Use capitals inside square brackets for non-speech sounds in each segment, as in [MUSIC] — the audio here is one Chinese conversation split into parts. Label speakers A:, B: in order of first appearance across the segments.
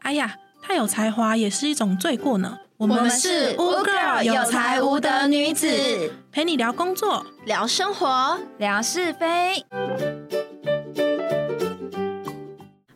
A: 哎太有才华也是一种罪过呢。我
B: 我们是 Wu Girl，有才无德女子，
A: 陪你聊工作。
B: 聊生活，
C: 聊是非。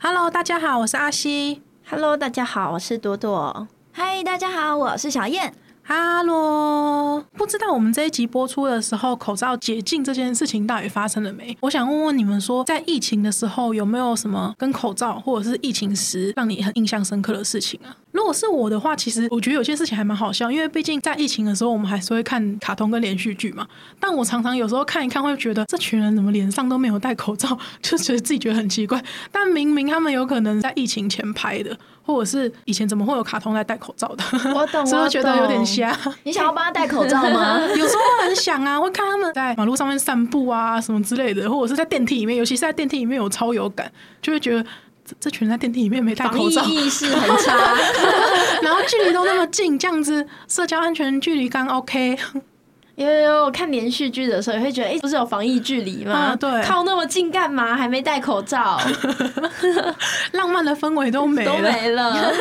A: Hello，大家好，我是阿西。
B: Hello，大家好，我是朵朵。
C: 嗨，大家好，我是小
B: [LAUGHS]
C: 燕。
A: 哈喽，不知道我们这一集播出的时候，口罩解禁这件事情到底发生了没？我想问问你们说，在疫情的时候有没有什么跟口罩或者是疫情时让你很印象深刻的事情啊？如果是我的话，其实我觉得有些事情还蛮好笑，因为毕竟在疫情的时候，我们还是会看卡通跟连续剧嘛。但我常常有时候看一看，会觉得这群人怎么脸上都没有戴口罩，就觉得自己觉得很奇怪。但明明他们有可能在疫情前拍的，或者是以前怎么会有卡通在戴口罩的？
B: 我懂
A: [LAUGHS] 所以我觉得有点
B: 我懂
A: 瞎。
B: 你想要帮他戴口罩
A: [LAUGHS]
B: 吗？
A: 有时候会很想啊，会看他们在马路上面散步啊，什么之类的，或者是在电梯里面，尤其是在电梯里面有超有感，就会觉得这这群人在电梯里面没戴
B: [LAUGHS] 防
A: 口
B: 疫
A: 罩，
B: 意识很差。
A: [LAUGHS] 然后距离都那么近，这样子社交安全距离刚 OK，
B: [LAUGHS] 有有有，我看连续剧的时候也会觉得，哎、不是有防疫距离吗、
A: 啊对
B: 靠那么近干嘛？还没戴口罩，
A: 浪漫的氛围都没
B: 都
A: 了。
B: [LAUGHS] 没 [LAUGHS] 了。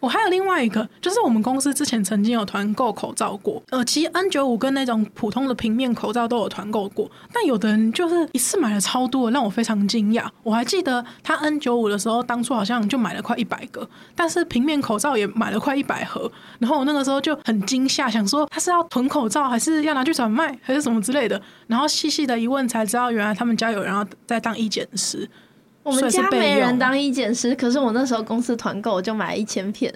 A: 我还有另外一个，就是我们公司之前曾经有团购口罩过，呃，其实 N 九五跟那种普通的平面口罩都有团购过，但有的人就是一次买了超多的，让我非常惊讶。我还记得他 N 九五的时候，当初好像就买了快一百个，但是平面口罩也买了快一百盒，然后我那个时候就很惊吓，想说他是要囤口罩，还是要拿去转卖，还是什么之类的。然后细细的一问才知道，原来他们家有人要在当医检
B: [LAUGHS]
A: 师。
B: 我
A: 所
B: 们
A: 以是
B: 家
A: 备
B: 没
A: 用
B: 人当医检师，可是我那时候公司团购，我就买了一千片，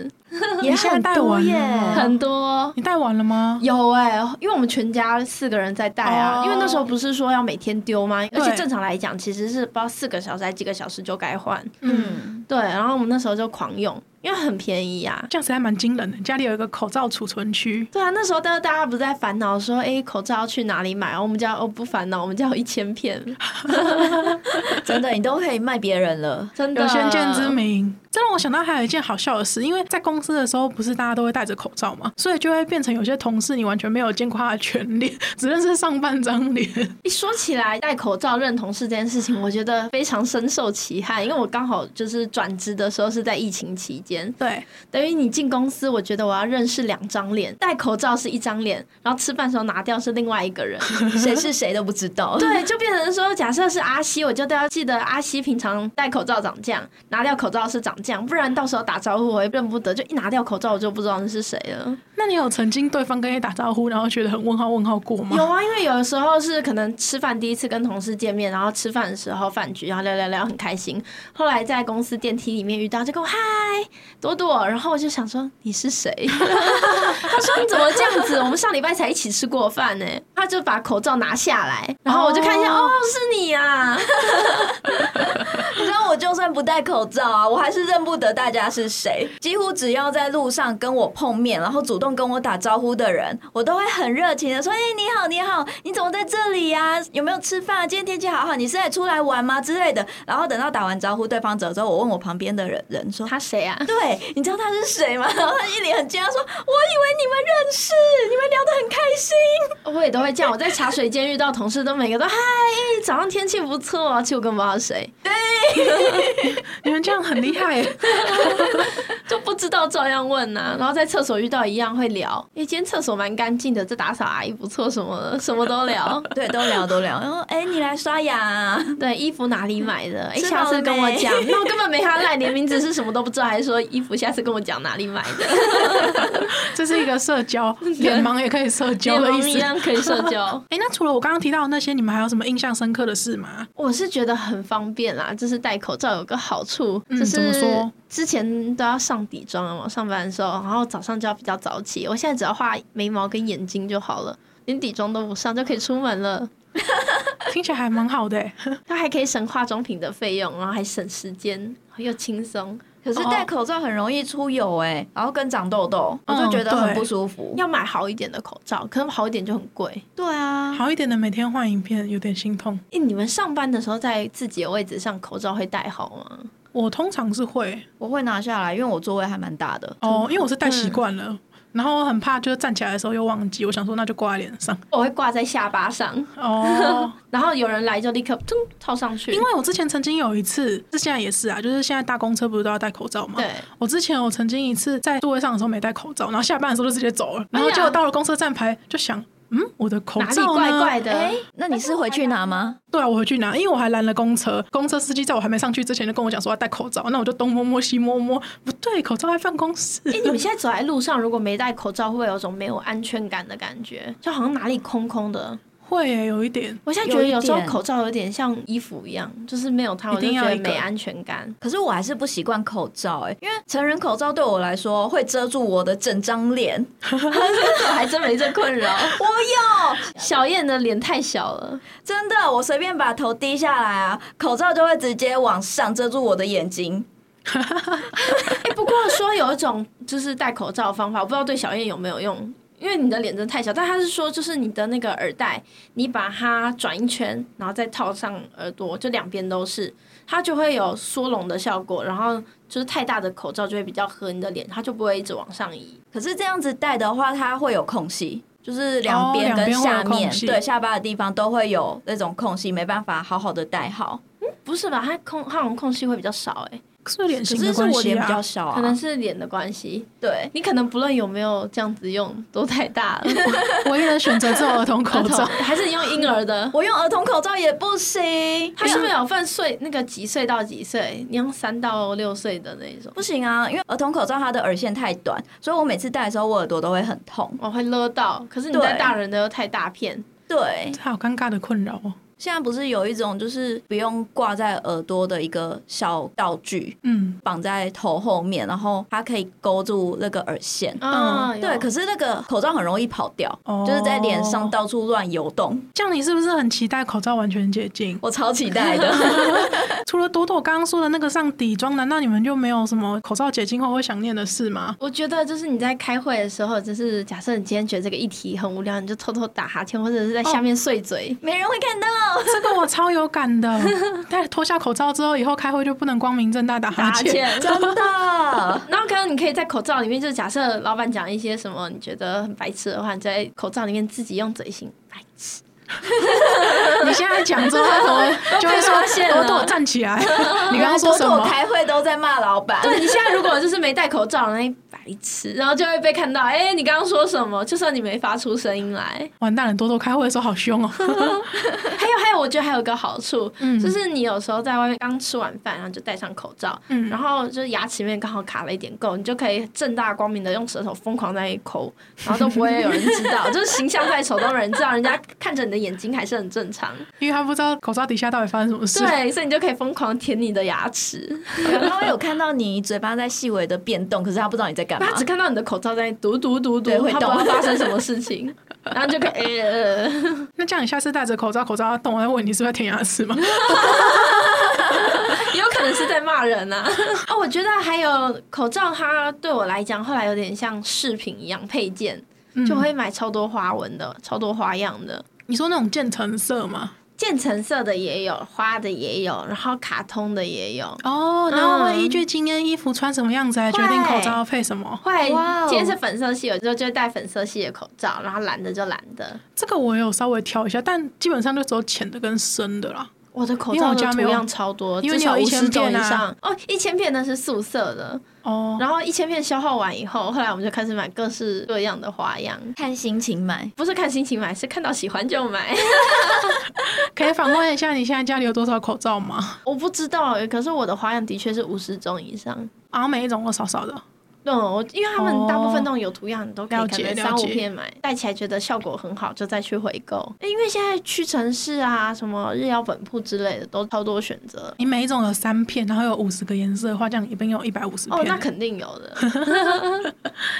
A: 你现在戴完了吗？
B: 很多。
A: 你戴完了吗？
B: [LAUGHS] 有哎、因为我们全家四个人在戴啊
A: 哦
B: 因为那时候不是说要每天丢吗？而且
A: 对
B: 正常来讲，其实是不知道四个小时还几个小时就该换。
C: 嗯，
B: 对，然后我们那时候就狂用，因为很便宜呀、啊。
A: 这样子还蛮惊人的。家里有一个口罩储存区，
B: 对啊，那时候大家大家不是在烦恼说，哎、口罩要去哪里买？然后我们家哦不烦恼，我们家有一
A: [LAUGHS]
B: 千片，
C: 真的，你都可以卖别人了。
B: 真的
A: 有先见之明。这让我想到还有一件好笑的事，因为在公司的时候，不是大家都会戴着口罩嘛，所以就会变成有些同事你完全没有见过他的全脸， [LAUGHS] 只认识上半张脸。 [LAUGHS]
B: 一说起来，戴口罩认同是这件事情，我觉得非常深受其害，因为我刚好就是转职的时候是在疫情期间，
A: 对，
B: 等于你进公司，我觉得我要认识两张脸，戴口罩是一张脸，然后吃饭的时候拿掉是另外一个人，
C: 谁是谁都不知道。
B: 对，啊就变成说，假设是阿西，我就都要记得阿西平常戴口罩长这样，拿掉口罩是长这样，不然到时候打招呼我会认不得，就一拿掉口罩我就不知道那是谁了。
A: 那你有曾经对方跟你打招呼，然后觉得很问号问号过吗？
B: 有啊，因为有的时候是可能吃饭第一次跟同事见面，然后吃饭的时候饭局，然后聊聊聊很开心。后来在公司电梯里面遇到，就跟我嗨朵朵，然后我就想说你
A: [LAUGHS]
B: 是谁？他说你怎么这样子？我们上礼拜才一起吃过饭呢、他就把口罩拿下来，然后我就看一下，
A: 哦
B: 哦，是你啊！
C: [LAUGHS] 你知道，我就算不戴口罩啊，我还是认不得大家是谁。几乎只要在路上跟我碰面，然后主动跟我打招呼的人，我都会很热情的说：“哎、你好，你好，你怎么在这里呀、有没有吃饭啊？今天天气好好，你是来出来玩吗？”之类的。然后等到打完招呼，对方走之后，我问我旁边的人人说。
B: 他谁啊？
C: 对，你知道他是谁吗？然后他一脸很惊讶说：“我以为你们认识，你们聊得很开心。
B: 哦我也都会这样。我在茶水间遇到同事，都每个都嗨，早上天气不错啊，其实我根本不知道是谁，
A: 你们这样很厉害
B: [LAUGHS]
A: 耶。
B: 就不知道照样问呐、然后在厕所遇到一样会聊，因为今天厕所蛮干净的，这打扫阿姨不错，什么的什么都聊。”
C: 对，都聊都聊。然后，哎、你来刷牙、啊？
B: 对，衣服哪里买的？哎、
C: 吃
B: 下
C: 饱
B: 次
C: 了
B: 跟我
C: 没
A: [LAUGHS]
B: 讲。那我根本没他赖，连名字是什么都不知道，还说衣服下次跟我讲哪里买的，
A: 这是一个社交，脸盲也可以社交的
B: 连
A: 意
B: 猫咪一
A: 思。
B: 样可以社交。
A: [LAUGHS] 哎、那除了我刚刚提到的那些，你们还有什么印象深刻的事吗？
B: 我是觉得很方便啦，就是戴口罩有个好处，
A: 嗯
B: 就
A: 怎么
B: 是
A: 说
B: 之前都要上底妆了嘛，上班的时候，然后早上就要比较早起。我现在只要画眉毛跟眼睛就好了，连底妆都不上就可以出门了。
A: 听起来还蛮好的耶、
B: 它还可以省化妆品的费用，然后还省时间，又轻松。
C: 可是戴口罩很容易出油哎、然后跟长痘痘，我
A: 嗯
C: 就觉得很不舒服。
B: 要买好一点的口罩，可能好一点就很贵。
C: 对
B: 嗯
C: 啊，
A: 好一点的，每天换一片，有点心痛。
B: 哎、你们上班的时候在自己的位置上口罩会戴好吗？
A: 我通常是会
C: 我会拿下来，因为我座位还蛮大的。
A: 哦
C: 嗯
A: 哦，因为我是戴习惯了，然后我很怕就是站起来的时候又忘记，我想说那就挂在脸
C: [LAUGHS]
A: 上
B: 我会挂在下巴上，
A: 哦。
B: 然后有人来就立刻咚套上去，
A: 因为我之前曾经有一次，这现在也是啊，就是现在搭公车不是都要戴口罩吗？
B: 对，
A: 我之前我曾经一次在座位上的时候没戴口罩，然后下班的时候就直接走
C: 哎
A: 了，然后结果到了公车站牌就想，嗯，我的口
B: 哪里
A: 罩呢？
B: 怪怪的？
C: 哎、那你是回去拿吗？
A: 对啊，我回去拿，因为我还拦了公车，公车司机在我还没上去之前就跟我讲说要戴口罩，那我就东摸摸西摸摸，不对，口罩在办公室。
B: 哎、你们现在走在路上，如果没戴口罩，会不会有种没有安全感的感觉，就好像哪里空空的。
A: 会耶、有一点，
B: 我现在觉得有时
C: 有
B: 候
C: 一点
B: 口罩有点像衣服一样，就是没有它，
A: 一
B: 我就
A: 定要
B: 觉得
A: 一个
B: 没安全感。
C: 可是我还是不习惯口罩哎、因为成人口罩对我来说会遮住我的整张脸。 [LAUGHS]
B: 我还真没这困扰。
C: 我有，
B: 小燕的脸太小了，
C: 真的，我随便把头低下来啊，口罩就会直接往上遮住我的眼睛。
B: [LAUGHS] 哎、不过说有一种就是戴口罩的方法，我不知道对小燕有没有用，因为你的脸真的太小。但他是说，就是你的那个耳带，你把它转一圈，然后再套上耳朵，就两边都是，它就会有缩拢的效果。然后就是太大的口罩就会比较合你的脸，它就不会一直往上移。
C: 可是这样子戴的话，它会有空隙，就是两
A: 哦
C: 边
A: 两
C: 跟
A: 边会有
C: 下面、
A: 空隙
C: 对下巴的地方都会有那种空隙，没办法好好的戴好。
B: 不是吧？它空它好像空隙会比较少、欸，
A: 是脸
C: 可
A: 型
C: 是
A: 的
C: 是
A: 关
C: 我
A: 系
C: 脸比较
A: 啊。
C: 小
B: 可能
C: 啊，
B: 是脸的关系。
C: 对，
B: 你可能不论有没有这样子用，都太大了。
A: 唯一能选择这种儿童口罩，
B: [LAUGHS] 还是你用婴儿的？
C: 我用儿童口罩也不行，
B: 它是不是有分岁那个几岁到几岁？你用三到六岁的那一种，
C: 不行啊，因为儿童口罩它的耳线太短，所以我每次戴的时候我耳朵都会很痛。
B: 我会勒到。可是你
C: 对
B: 戴大人的又太大片，
C: 对，
A: 这好尴尬的困扰哦。
C: 现在不是有一种就是不用挂在耳朵的一个小道具，
A: 嗯，
C: 绑在头后面，然后它可以勾住那个耳线。
B: 啊，
C: 嗯对，可
B: 是
C: 是那个口罩很容易跑掉，
A: 哦
C: 就是在脸上到处乱游动。
A: 这样你是不是很期待口罩完全解禁？ [LAUGHS]
C: 我超期待的，
A: 除了朵朵刚刚说的那个上底妆，难道你们就没有什么口罩解禁后会想念的事吗？ [LAUGHS]
B: 我觉得就是你在开会的时候，就是假设你今天觉得这个议题很无聊，你就偷偷打哈欠，或者是在下面碎嘴。
C: 没人会看到。
A: 这个我超有感的。但脱下口罩之后，以后开会就不能光明正大打哈
B: 打
A: 欠。
B: 欠，
C: 真的，
B: 然后可能你可以在口罩里面，就是假设老板讲一些什么你觉得很白痴的话，你在口罩里面自己用嘴型白痴。
A: [LAUGHS] 你现在讲之后，他可
B: [LAUGHS]
A: 能就会
B: 被发现
A: 说
B: 了
A: 朵朵站
B: [LAUGHS]
A: 起来。你刚刚说什
C: 朵朵
A: 么？
C: 开会都在骂老板，
B: 对你现在如果就是没戴口罩，那一白痴，然后就会被看到。哎、你刚刚说什么？就算你没发出声音来。
A: 完蛋了，朵朵开会的时候好凶哦。 [LAUGHS]
B: [LAUGHS] 还有还有，我觉得还有一个好处，
A: 嗯
B: 就是你有时候在外面刚吃完饭，然后就戴上口罩，
A: 嗯
B: 然后就是牙齿里面刚好卡了一点垢，你就可以正大光明的用舌头疯狂在那里抠，然后都不会有人知道， [LAUGHS] 就是形象在手都没有人知道，人家看着你的眼睛还是很正常。
A: 因为他不知道口罩底下到底发生什么事。
B: 对，所以你就可以疯狂舔你的牙齿，
C: 然后有看到你嘴巴在细微的变动，可是他不知道你在干嘛
B: 他。只看到你的口罩在读读读读，
C: 对会
B: 他不知道
C: 动
B: 发生什么事情， [LAUGHS] 然后就可以。呃
A: 那这样你下次戴着口罩，口罩要动，我要问你是不是在舔牙齿吗？ [LAUGHS]
B: 也有可能是在骂人啊。 [LAUGHS] 哦，我觉得还有口罩，它对我来讲后来有点像饰品一样配件，就会买超多花纹的、超多花样的，
A: 你说那种渐层色吗？
B: 渐层色的也有，花的也有，然后卡通的也有。
A: 哦，然后会依
B: 嗯
A: 据今天衣服穿什么样子来决定口罩要配什么。
B: 会
C: 哇哦，
B: 今天是粉色系，有时候就会戴粉色系的口罩，然后蓝的就蓝的。
A: 这个我有稍微挑一下，但基本上就只有浅的跟深的啦。
B: 我的口
A: 因为
B: 罩
A: 我
B: 的
A: 家
B: 图
A: 没有
B: 样超多，
A: 因为
B: 至
A: 你有
B: 少五十
A: 1000
B: 种以
A: 片啊
B: 上。哦，一千片的是素色的，
A: 哦，
B: 然后一千片消耗完以后，后来我们就开始买各式各样的花样。
C: 看心情买，
B: 不是看心情买，是看到喜欢就买。
A: 可以反问一下你现在家里有多少口罩吗？
B: [LAUGHS] 我不知道欸，可是我的花样的确是五十种以上。
A: 啊，每一种都少少的。
B: 嗯，我因为他们
A: 哦
B: 大部分那种有图样，你都可以
A: 了
B: 可
A: 解
B: 能
A: 了
B: 三五
A: 解
B: 片买，戴起来觉得效果很好，就再去回购。欸因为现在屈臣氏啊、什么日药本铺之类的都超多选择。
A: 你每一种有三片，然后有五十个颜色的话，这样一定有一百五十片。
B: 哦，那肯定有 [LAUGHS] 的。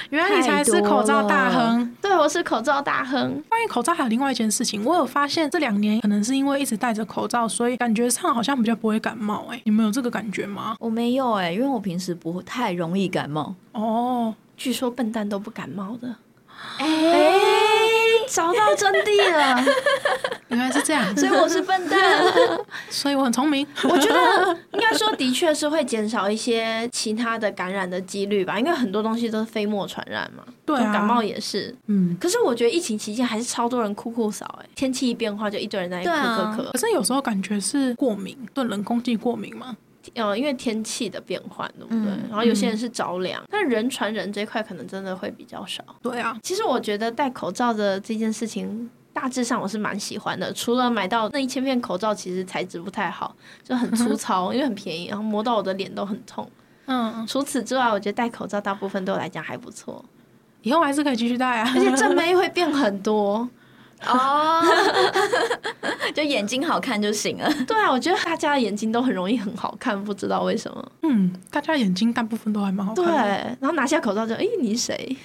A: 原来你才是口罩大亨。
B: 对，我是口罩大亨。
A: 关于口罩还有另外一件事情，我有发现这两年可能是因为一直戴着口罩，所以感觉上好像比较不会感冒、哎，你们有这个感觉吗？
C: 我没有哎、因为我平时不太容易感冒。
A: 哦，
B: 据说笨蛋都不感冒的，
C: 哎、
B: 找到真谛了。
A: 原来是这样，
B: [LAUGHS]
C: 所以我是笨蛋。
A: 所以我很聪明。
B: 我觉得应该该说的确是会减少一些其他的感染的几率吧，因为很多东西都是飞沫传染嘛，
A: 对啊
B: 就感冒也是。
A: 嗯。
B: 可是我觉得疫情期间还是超多人哭哭扫哎，天气一变化就一堆人在那
C: 对
B: 里
C: 啊
B: 哭哭咳
A: 可，是有时候感觉是过敏，对冷空气过敏嘛。
B: 呃，因为天气的变换，对不对？
C: 嗯
B: 然后有些人是着凉，但人传人这一块可能真的会比较少。
A: 对啊，
B: 其实我觉得戴口罩的这件事情，大致上我是蛮喜欢的。除了买到那一千片口罩，其实材质不太好，就很粗糙，
C: [LAUGHS]
B: 因为很便宜，然后磨到我的脸都很痛。
A: 嗯，
B: 除此之外，我觉得戴口罩大部分对我来讲还不
C: [LAUGHS]
B: 错，
A: 以后还是可以继续戴啊。
B: 而且正妹会变很多。
C: 哦， [LAUGHS] 就眼睛好看就行了。
B: 对啊，我觉得大家的眼睛都很容易很好看，不知道为什么。
A: [LAUGHS] 嗯，大家眼睛大部分都还蛮好看
B: 对，
A: 的。
B: 然后拿下口罩就，诶，你谁？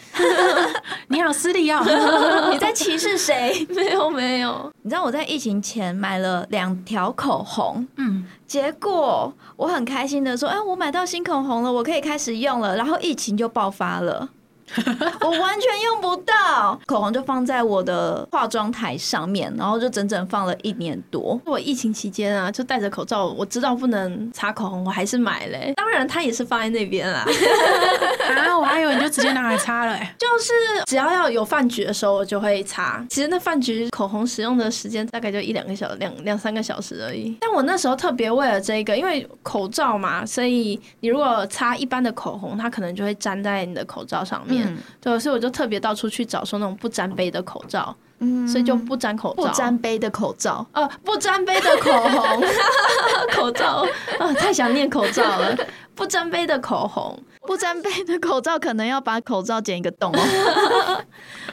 A: 你好，啊斯
C: [LAUGHS]
A: 利奥。
C: 你在歧视谁？
B: [LAUGHS] 没有没有，
C: 你知道我在疫情前买了两条口红，
A: 嗯，
C: 结果我很开心的说：“哎，我买到新口红了，我可以开始用了。”然后疫情就爆发 [LAUGHS] 了。我完全用不到，口红就放在我的化妆台上面，然后就整整放了一年多。
B: 我疫情期间啊，就戴着口罩，我知道不能擦口红，我还是买嘞、当然，它也是放在那边 [LAUGHS] 啦。
A: 啊，我还以为你就直接拿来擦了、欸。
B: 就是只要要有饭局的时候，我就会擦。其实那饭局口红使用的时间大概就一两个小两两三个小时而已。但我那时候特别为了这个，因为口罩嘛，所以你如果擦一般的口红，它可能就会粘在你的口罩上面。
C: 嗯
B: 对，所以我就特别到处去找说那种不粘杯的口罩，所以就不粘口罩，
C: 不沾杯的口罩，
B: 呃，不沾杯的口
C: [LAUGHS]
B: 红，口罩， [LAUGHS] 呃，太想念口罩了，不沾杯的口红。
C: 不沾杯的口罩可能要把口罩剪一个洞哦。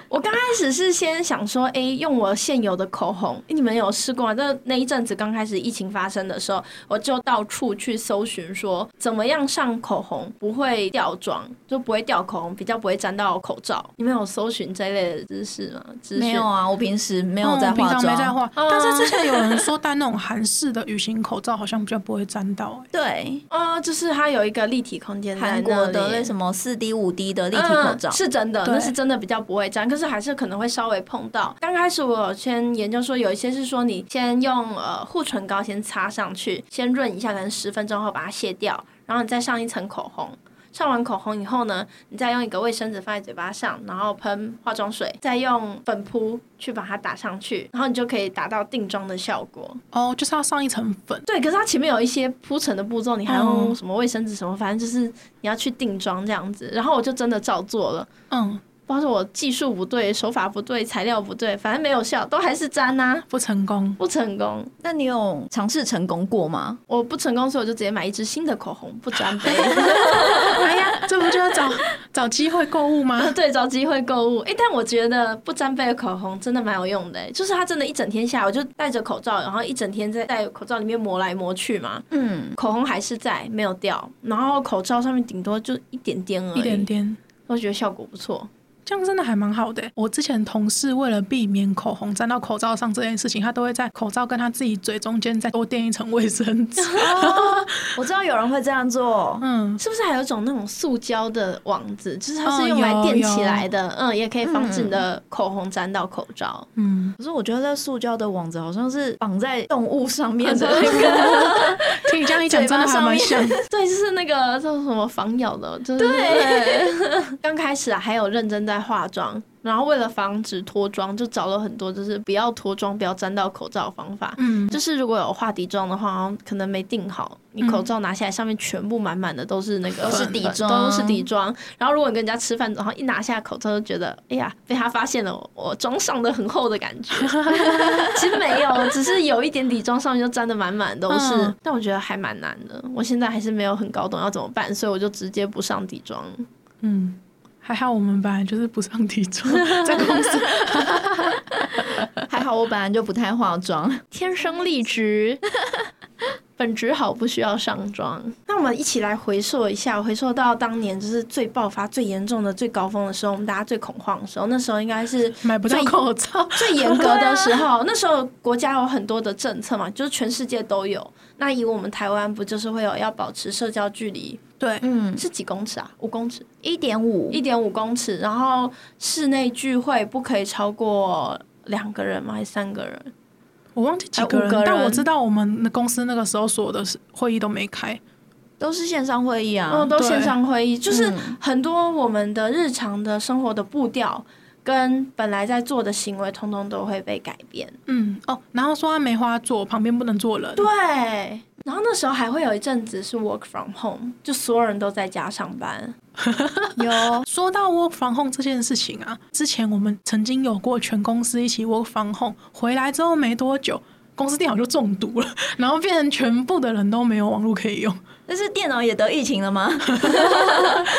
B: 我刚开始是先想说，哎、用我现有的口红，诶你们有试过吗？那那一阵子刚开始疫情发生的时候，我就到处去搜寻，说怎么样上口红不会掉妆，就不会掉口红，比较不会沾到口罩。你们有搜寻这类的知识吗？资
C: [LAUGHS] 没
B: 讯
C: 有啊，我平时没
A: 因为
C: 有
A: 我
C: 在
A: 嗯平
C: 化
A: 常没在
C: 妆。哦
A: 化，但是之前有人说戴那种韩式的旅行口罩好像比较不会沾到、欸。
C: 对，
B: 哦，就是它有一个立体空间在
C: 韩国
B: 那
C: 的
B: 里
C: 那什么四 D 五 D 的立体口罩
B: 嗯，是真的，
A: 对
B: 那是真的比较不会粘，可是还是可能会稍微碰到。刚开始我有先研究说，有一些是说你先用呃护唇膏先擦上去，先润一下，可能十分钟后把它卸掉，然后你再上一层口红。上完口红以后呢，你再用一个卫生纸放在嘴巴上，然后喷化妆水，再用粉扑去把它打上去，然后你就可以达到定妆的效
C: 嗯
B: 果。
A: 哦，就是要上一层粉。
B: 对，可是它前面有一些铺陈的步骤，你还
A: 嗯
B: 用什么卫生纸什么，反正就是你要去定妆这样子。然后我就真的照做了。
A: 嗯，
B: 不知道是我技术不对、手法不对、材料不对，反正没有效，都还是粘呐、
A: 不成
C: [LAUGHS]
A: 功。
B: 不成功。
C: 那你有尝试成功过吗？
B: 我不成功，所以我就直接买一支新的口红，不
A: [LAUGHS]
B: 粘杯。
A: 哎呀，这不就要找找机会购物吗？
B: 对，找机会购物。哎、但我觉得不粘杯的口红真的蛮有用的、诶就是它真的，一整天下来，我就戴着口罩，然后一整天在戴口罩里面磨来磨去嘛，
C: 嗯，
B: 口红还是在，没有掉。然后口罩上面顶多就一点点而已，
A: 一点点。
B: 我觉得效果不错。
A: 这样真的还蛮好的欸、我之前同事为了避免口红沾到口罩上这件事情，他都会在口罩跟他自己嘴中间再多垫一层卫生纸。
C: [LAUGHS] 我知道有人会这样做。
A: 嗯，
B: 是不是还有一种那种塑胶的网子，就是它
A: 哦
B: 是用来
A: 有
B: 垫
A: 有
B: 起来的，嗯，也可以防止你的口红沾到口罩。
A: 嗯，
C: 可是我觉得这塑胶的网子好像是绑在动物上面
B: 啊
C: 的那个，
A: [LAUGHS] 听你这样一讲，真的还蛮像。
B: [LAUGHS] 对，就是那个叫什么防咬的，就是对 [LAUGHS] 刚开始啊，还有认真在化妆，然后为了防止脱妆，就找了很多就是不要脱妆、不要沾到口罩的方法。
A: 嗯，
B: 就是如果有化底妆的话，好像可能没定好，你口罩拿下来，上面全部满满的都是那个
C: 都是
B: 粉
C: 底
B: 粉
C: 妆
B: 都是底妆。然后如果你跟人家吃饭，然后一拿下口罩就觉得，哎呀，被他发现了我，我妆上的很厚的感觉。 [LAUGHS] 其实没有，只是有一点底妆上面就沾的满满都是。
A: 嗯
B: 但我觉得还蛮难的，我现在还是没有很搞懂要怎么办，所以我就直接不上底妆。
A: 嗯，还好我们本来就是不上体 [LAUGHS] 重，在公司。
C: [LAUGHS] 还好我本来就不太化妆。
B: 天生丽质， [LAUGHS] 本质好，不需要上妆。那我们一起来回溯一下，回溯到当年就是最爆发、最严重的、最高峰的时候，我们大家最恐慌的时候，那时候应该是
A: 买不到口罩，
B: 最严格的时候。 [LAUGHS] 那时候国家有很多的政策嘛，就是全世界都有。那以我们台湾不就是会有要保持社交距离
A: 对，
C: 嗯，
B: 是几公尺啊？五公尺，
C: 一点五
B: 一，点五公尺。然后室内聚会不可以超过两个人吗？还是三个人？
A: 我忘记几个人，
B: 还有五个人
A: 但我知道我们公司那个时候所有的会议都没开。
C: 都是线上会议啊。
B: 嗯，都
A: 对
B: 线上会议，就是
C: 嗯
B: 很多我们的日常的生活的步调跟本来在做的行为，通通都会被改变。
A: 嗯，哦，然后说他梅花座旁边不能坐人，
B: 对，然后那时候还会有一阵子是 work from home，就所有人都在家上班。
C: [LAUGHS]
B: 有，
A: 说到 work from home 这件事情啊，之前我们曾经有过全公司一起 work from home，回来之后没多久，公司电脑就中毒了，然后变成全部的人都没有网络可以用， [LAUGHS]
C: 但是电脑也得疫情了吗？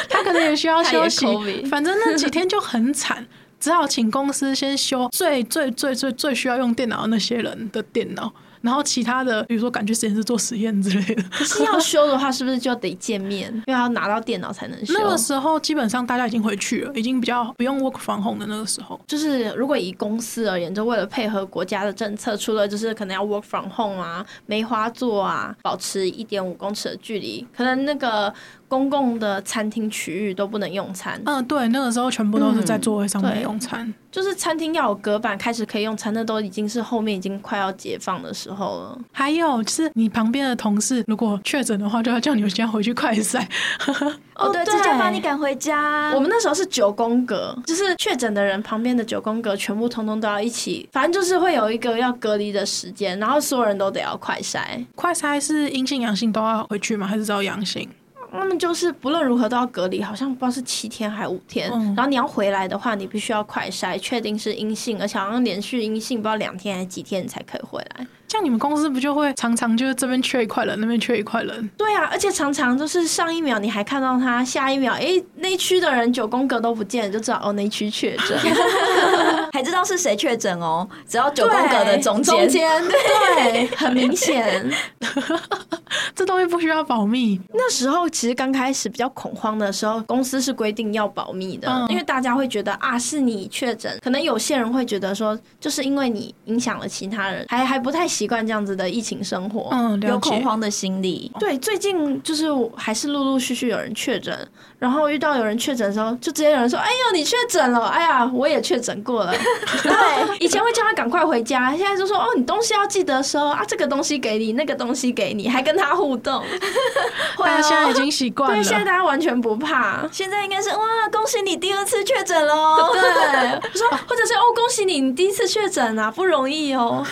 A: 他可能也需要休息
B: 他也 COVID，
A: 反正那几天就很惨。只好请公司先修最最最最最需要用电脑的那些人的电脑，然后其他的，比如说赶去实验室做实验之类
B: [LAUGHS]
A: 的。
B: 可是要修的话，是不是就得见面？因为要拿到电脑才能修。
A: 那个时候基本上大家已经回去了，已经比较不用 work from home 的那个时候。
B: 就是如果以公司而言，就为了配合国家的政策，除了就是可能要 work from home 啊、梅花座啊，保持一点五公尺的距离，可能那个公共的餐厅区域都不能用餐，
A: 嗯，对，那个时候全部都是在
C: 嗯
A: 座位上面
B: 对
A: 用餐。
B: 就是餐厅要有隔板，开始可以用餐，那都已经是后面已经快要解放的时候了。
A: 还有就是，你旁边的同事如果确诊的话，就要叫你先回去快筛。 [LAUGHS]
C: 哦，对，
B: 对
C: 直接把你赶回家。
B: 我们那时候是九宫格，就是确诊的人旁边的九宫格全部通通都要一起，反正就是会有一个要隔离的时间，然后所有人都得要快筛。
A: 快筛是阴性、阳性都要回去吗？还是只要阳性？
B: 他们就是不论如何都要隔离，好像不知道是七天还五天。
A: 嗯
B: 然后你要回来的话，你必须要快筛，确定是阴性，而且好像连续阴性，不知道两天还是几天你才可以回来。
A: 像你们公司不就会常常就是这边缺一块人，那边缺一块人？
B: 对啊，而且常常就是上一秒你还看到他，下一秒诶那一区的人九宫格都不见了，就知道哦那一区确诊。
C: 还知道是谁确诊哦，只要九宫格的中间。
B: 中间对，很明 [LAUGHS] 显。
A: 这东西不需要保密，
B: 那时候其实刚开始比较恐慌的时候，公司是规定要保密的，
A: 嗯
B: 因为大家会觉得啊是你确诊，可能有些人会觉得说，就是因为你影响了其他人，还还不太习惯这样子的疫情生活。
A: 嗯，了
C: 有
A: 解
C: 恐。慌的心理，
B: 对，最近就是我还是陆陆续续有人确诊，然后遇到有人确诊的时候，就直接有人说：“哎呦，你确诊了！哎呀，我也确诊过了。” [LAUGHS] 对，以前会叫他赶快回家，现在就说：“哦，你东西要记得收啊，这个东西给你，那个东西给你，还跟他互 [LAUGHS] 动。
C: 会
A: 大家现在已
C: 哦。
A: 经习”惯
B: 啊对，现在
A: 了。
B: 大家完全不怕。
C: 现在应该是哇，恭喜你第二次确诊喽！
B: 对，我说或者是哦，恭喜你，你第一次确诊啊，不容易哦。
C: [LAUGHS]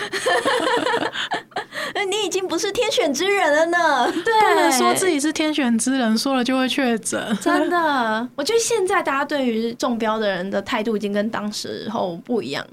C: 你已经不是天选之人了呢。
B: [LAUGHS] 对，
A: 不能说自己是天选之人，说了就会确诊。
B: 真的，我觉得现在大家对于中标的人的态度已经跟当时候不一样。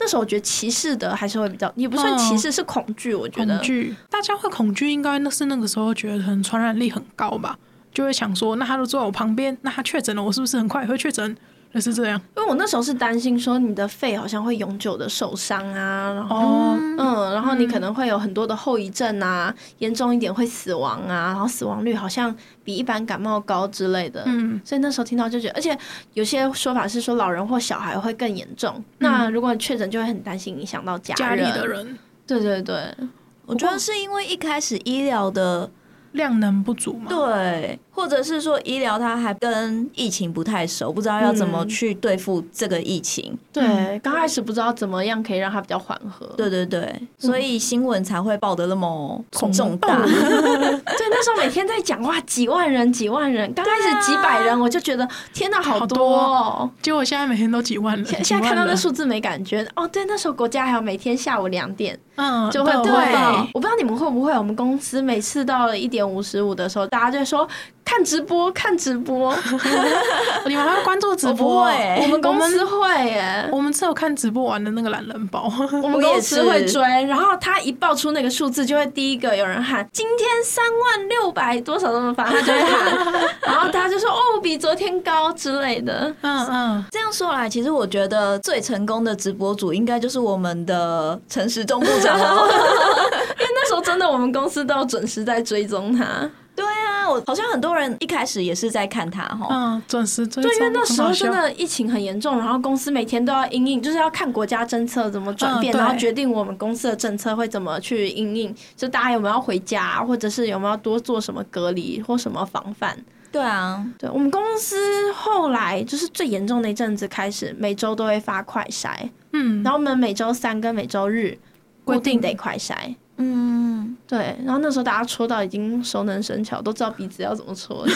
B: 那时候我觉得歧视的还是会比较，也不算歧视，是恐惧。我觉
A: 嗯恐
B: 得
A: 惧，大家会恐惧，应该那是那个时候觉得可能传染力很高吧，就会想说，那他都坐在我旁边，那他确诊了，我是不是很快也会确诊？类似这样。
B: 因为我那时候是担心说你的肺好像会永久的受伤啊，然后、
A: 哦，
B: 嗯，然后你可能会有很多的后遗症啊，严重一点会死亡啊，然后死亡率好像比一般感冒高之类的。
A: 嗯，
B: 所以那时候听到就觉得，而且有些说法是说老人或小孩会更严重。那如果确诊，就会很担心影响到
A: 嗯
B: 家
A: 家里
B: 人。
A: 的人
B: 对对对，
C: 我觉得是因为一开始医疗的
A: 量能不足嘛。
C: 对，或者是说医疗它还跟疫情不太熟，不知道要怎么
B: 嗯
C: 去对付这个疫情。
B: 对，刚开始不知道怎么样可以让它比较缓和。
A: 嗯
C: 对对对，所以新闻才会报得那么
A: 恐
C: 重大。
B: 对，那时候每天在讲哇，几万人，几万人，刚开始几百人，我就觉得天哪，啊好
A: 好
B: 多、
A: 多
B: 哦。
A: 结果现在每天都几万人，
B: 现
A: 几
B: 现
A: 万
B: 在看到那
A: 人，
B: 数字没感觉哦，对，那时候国家还有每天下午两点
A: 嗯，
B: 就会
A: 都
B: 播
A: 有
C: 对
B: 报。我不知道你们会不会，我们公司每次到了一点五十五的时候，大家就会说看直播，看直 [LAUGHS] 播。
A: 你们还要关注直
C: 我不
A: 播？啊
C: 会欸
B: 哎哦我们公司会耶，
A: 我们只有看直播玩的那个懒人包， [LAUGHS]
B: 我们公司会追，然后他一报出那个数字，就会第一个有人喊今天三万六百多少多少，反正他就会喊，然后大家就说哦比昨天高之类的。
A: 嗯嗯，
C: [LAUGHS] 这样说来，其实我觉得最成功的直播主应该就是我们的陈时中部长
A: [LAUGHS]
C: 哦了。
B: 因为那时候真的我们公司都有准时在追踪他，
C: 对啊，我好像很多人一开始也是在看他哦哈。
A: 嗯，准时追踪。
B: 对，因为那时
A: 很
B: 候
A: 好笑
B: 真，的疫情很严重，然后公司每天都要因应，就是要看国家政策怎么转变，
A: 嗯对
B: 然后决定我们公司的政策会怎么去因应，就大家有没有要回家，或者是有没有多做什么隔离或什么防范。
C: 对啊，
B: 对我们公司后来就是最严重的一阵子开始，每周都会发快筛，
A: 嗯，
B: 然后我们每周三跟每周日固
A: 规
B: 定
A: 定
B: 得快筛。
C: 嗯，
B: 对，然后那时候大家戳到已经熟能生巧，都知道鼻子要怎么戳了，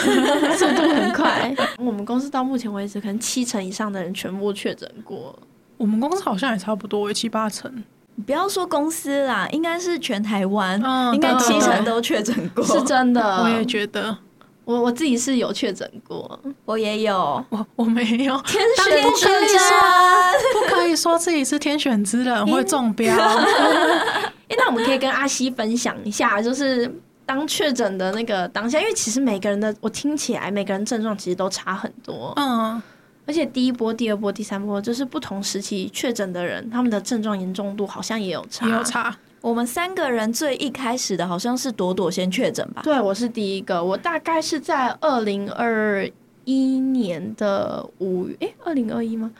B: 速度很快。我们公司到目前为止，可能七成以上的人全部确诊过。
A: 我们公司好像也差不多七八成，
C: 不要说公司啦，应该是全台湾，
A: 嗯
C: 应该
A: 对
C: 七成
A: 对
C: 都确诊过。
B: 是真的，
A: 我也觉得
B: 我我自己是有确诊过，
C: 我也有。
A: 我我没有，
C: 天
A: 当
C: 选
A: 然不
C: 之
A: 可以啊
C: 人，
A: 不可以说自己是天选之人会中标。
B: 哎、那我们可以跟阿西分享一下，就是当确诊的那个当下，因为其实每个人的，我听起来每个人症状其实都差很多，
A: 嗯，
B: 而且第一波、第二波、第三波，就是不同时期确诊的人，他们的症状严重度好像也有差。
A: 也有。差。
C: [LAUGHS] 我们三个人最一开始的好像是朵朵先确诊吧？
B: 对，我是第一个，我大概是在二零二一年的五，哎，二零二一吗？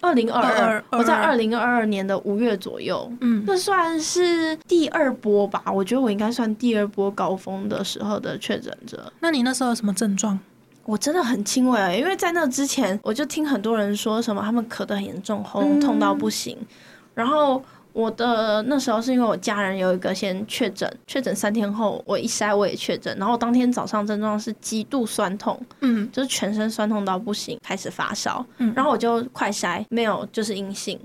B: 二零二二
A: 22，
B: 我在二零二二年的五月左右，
A: 嗯，
B: 那算是第二波吧，我觉得我应该算第二波高峰的时候的确诊者。
A: 那你那时候有什么症状？
B: 我真的很轻微、啊因为在那之前，我就听很多人说什么他们咳得很严重，
A: 嗯
B: 喉咙痛到不行。然后我的那时候是因为我家人有一个先确诊，确诊三天后我一筛我也确诊，然后当天早上症状是极度酸痛，
A: 嗯
B: 就是全身酸痛到不行，开始发烧，
A: 嗯，
B: 然后我就快筛没有就是阴性，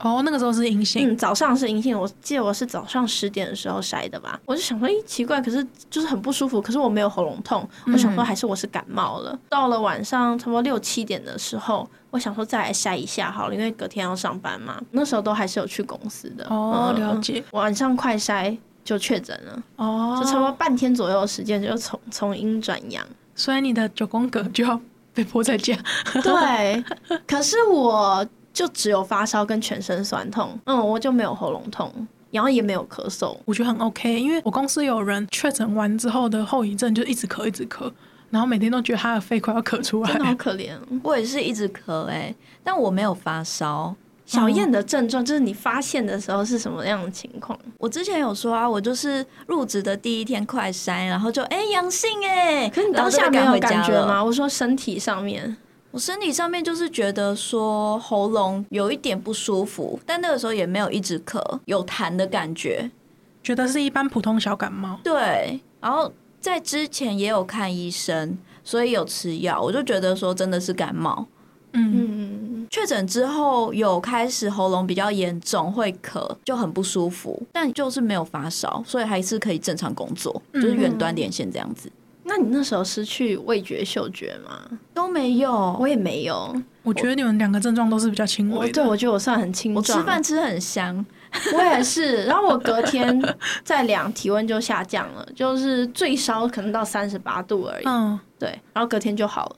A: 哦，那个时候是阴性。
B: 嗯，早上是阴性，我记得我是早上十点的时候筛的吧。我就想说，咦，奇怪，可是就是很不舒服，可是我没有喉咙痛，我想说还是我是感冒了。到了晚上差不多六七点的时候，我想说再来筛一下好了，因为隔天要上班嘛。那时候都还是有去公司的。
A: 哦，
B: 嗯
A: 了。解。
B: 晚上快筛就确诊了，
A: 哦，
B: 就差不多半天左右的时间就从从阴转阳。
A: 所以你的九宫格就要被迫在家。 [LAUGHS]
B: 对， [LAUGHS] 可是我就只有发烧跟全身酸痛，嗯，我就没有喉咙痛，然后也没有咳嗽。
A: 我觉得很 OK，因为我公司有人确诊完之后的后遗症就一直咳一直咳，然后每天都觉得他的肺快要咳出
B: 真的好
A: 来。
B: 可怜哦。
C: 我也是一直咳哎、但我没有发烧。
B: [LAUGHS] 小燕的症状就是你发现的时候是什么样的情况？
C: 我之前有说啊，我就是入职的第一天快筛，然后就哎阳、性哎、
B: 可是你
C: 然
B: 当
C: 后就被
B: 下没
C: 赶
B: 有
C: 回家
B: 感觉
C: 了？
B: 吗？我说身体上面，
C: 我身体上面就是觉得说喉咙有一点不舒服，但那个时候也没有一直咳，有痰的感觉。
A: 觉得是一般普通小感冒。
C: 对，然后在之前也有看医生，所以有吃药，我就觉得说真的是感冒。
A: 嗯，
B: 嗯，
C: 确诊之后有开始喉咙比较严重，会咳，就很不舒服，但就是没有发烧，所以还是可以正常工作，就是
A: 嗯
C: 远端连线这样子、
B: 那你那时候失去味觉、嗅觉吗？
C: 都没有。
B: 我也没有，
A: 我觉得你们两个症状都是比较轻
B: 我
A: 微
B: 对
A: 的。
B: 我觉得我算很清
C: 我
B: 壮。
C: 吃
A: 啊
C: 饭，吃很香，
B: [LAUGHS] 我也是。然后我隔 [LAUGHS] 天再量体温就下降了，就是最烧可能到三十八度而已。
A: 嗯，
B: 对，然后隔天就好了，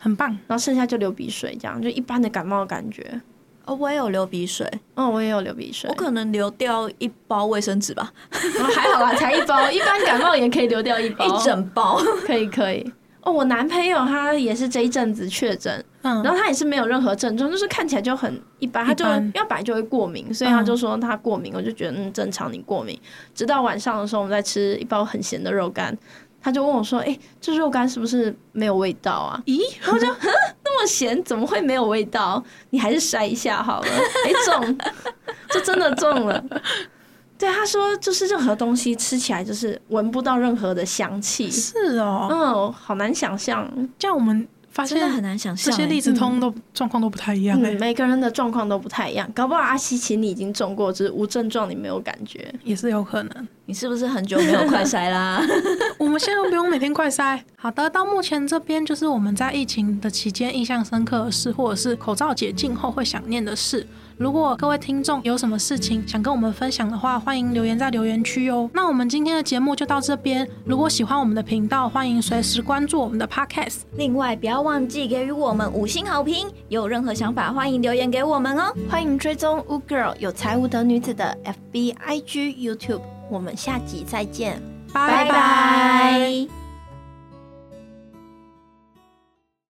A: 很棒。
B: 然后剩下就流鼻水，这样就一般的感冒的感觉。
C: 哦，我也有流鼻水，
B: 嗯，我也有流鼻水
C: 我，可能流掉一包卫生纸吧，
B: 然后还好啦，才一包，一般感冒也可以流 [LAUGHS] 掉一
A: 哦
B: 包，
C: 一整包。
B: 可以可以。哦，我男朋友他也是这一阵子确诊，
A: 嗯，
B: 然后他也是没有任何症状，就是看起来就很一般，他就
A: 一般嗯
B: 要本来就会过敏，所以他就说他过敏，我就觉得嗯正常，你过敏。直到晚上的时候，我们在吃一包很咸的肉干，他就问我说：“哎、这肉干是不是没有味道啊？
A: 咦，我就
B: 那么咸怎么会没有味道？你还是筛一下好了。”哎、中，就真的中了。对，他说就是任何东西吃起来就是闻不到任何的香气，
A: 是哦，
B: 嗯，好难想象。
A: 这样我们发
C: [LAUGHS] 真的
A: 啊
C: 很
A: 现
C: 难想
A: 这
C: 象、
A: 些例
C: 欸。
A: 子通都状况都不太一样哎
B: 嗯，，每个人的状况都不太一样，搞不好阿西奇你已经中过，只是无症状，你没有感觉。
A: 也是有可能。
C: 你是不是很久没有快筛啦？
A: 我们现在不用每天快筛。好的，到目前这边就是我们在疫情的期间印象深刻的事，或者是口罩解禁后会想念的事。如果各位听众有什么事情想跟我们分享的话，欢迎留言在留言区哦。那我们今天的节目就到这边。如果喜欢我们的频道，欢迎随时关注我们的 Podcast。
C: 另外，不要忘记给予我们五星好评。有任何想法，欢迎留言给我们哦。
B: 欢迎追踪 Wu Girl 有才无德女子的 FB、IG、YouTube，我们下集再见。
A: 拜
B: 拜拜
C: 拜。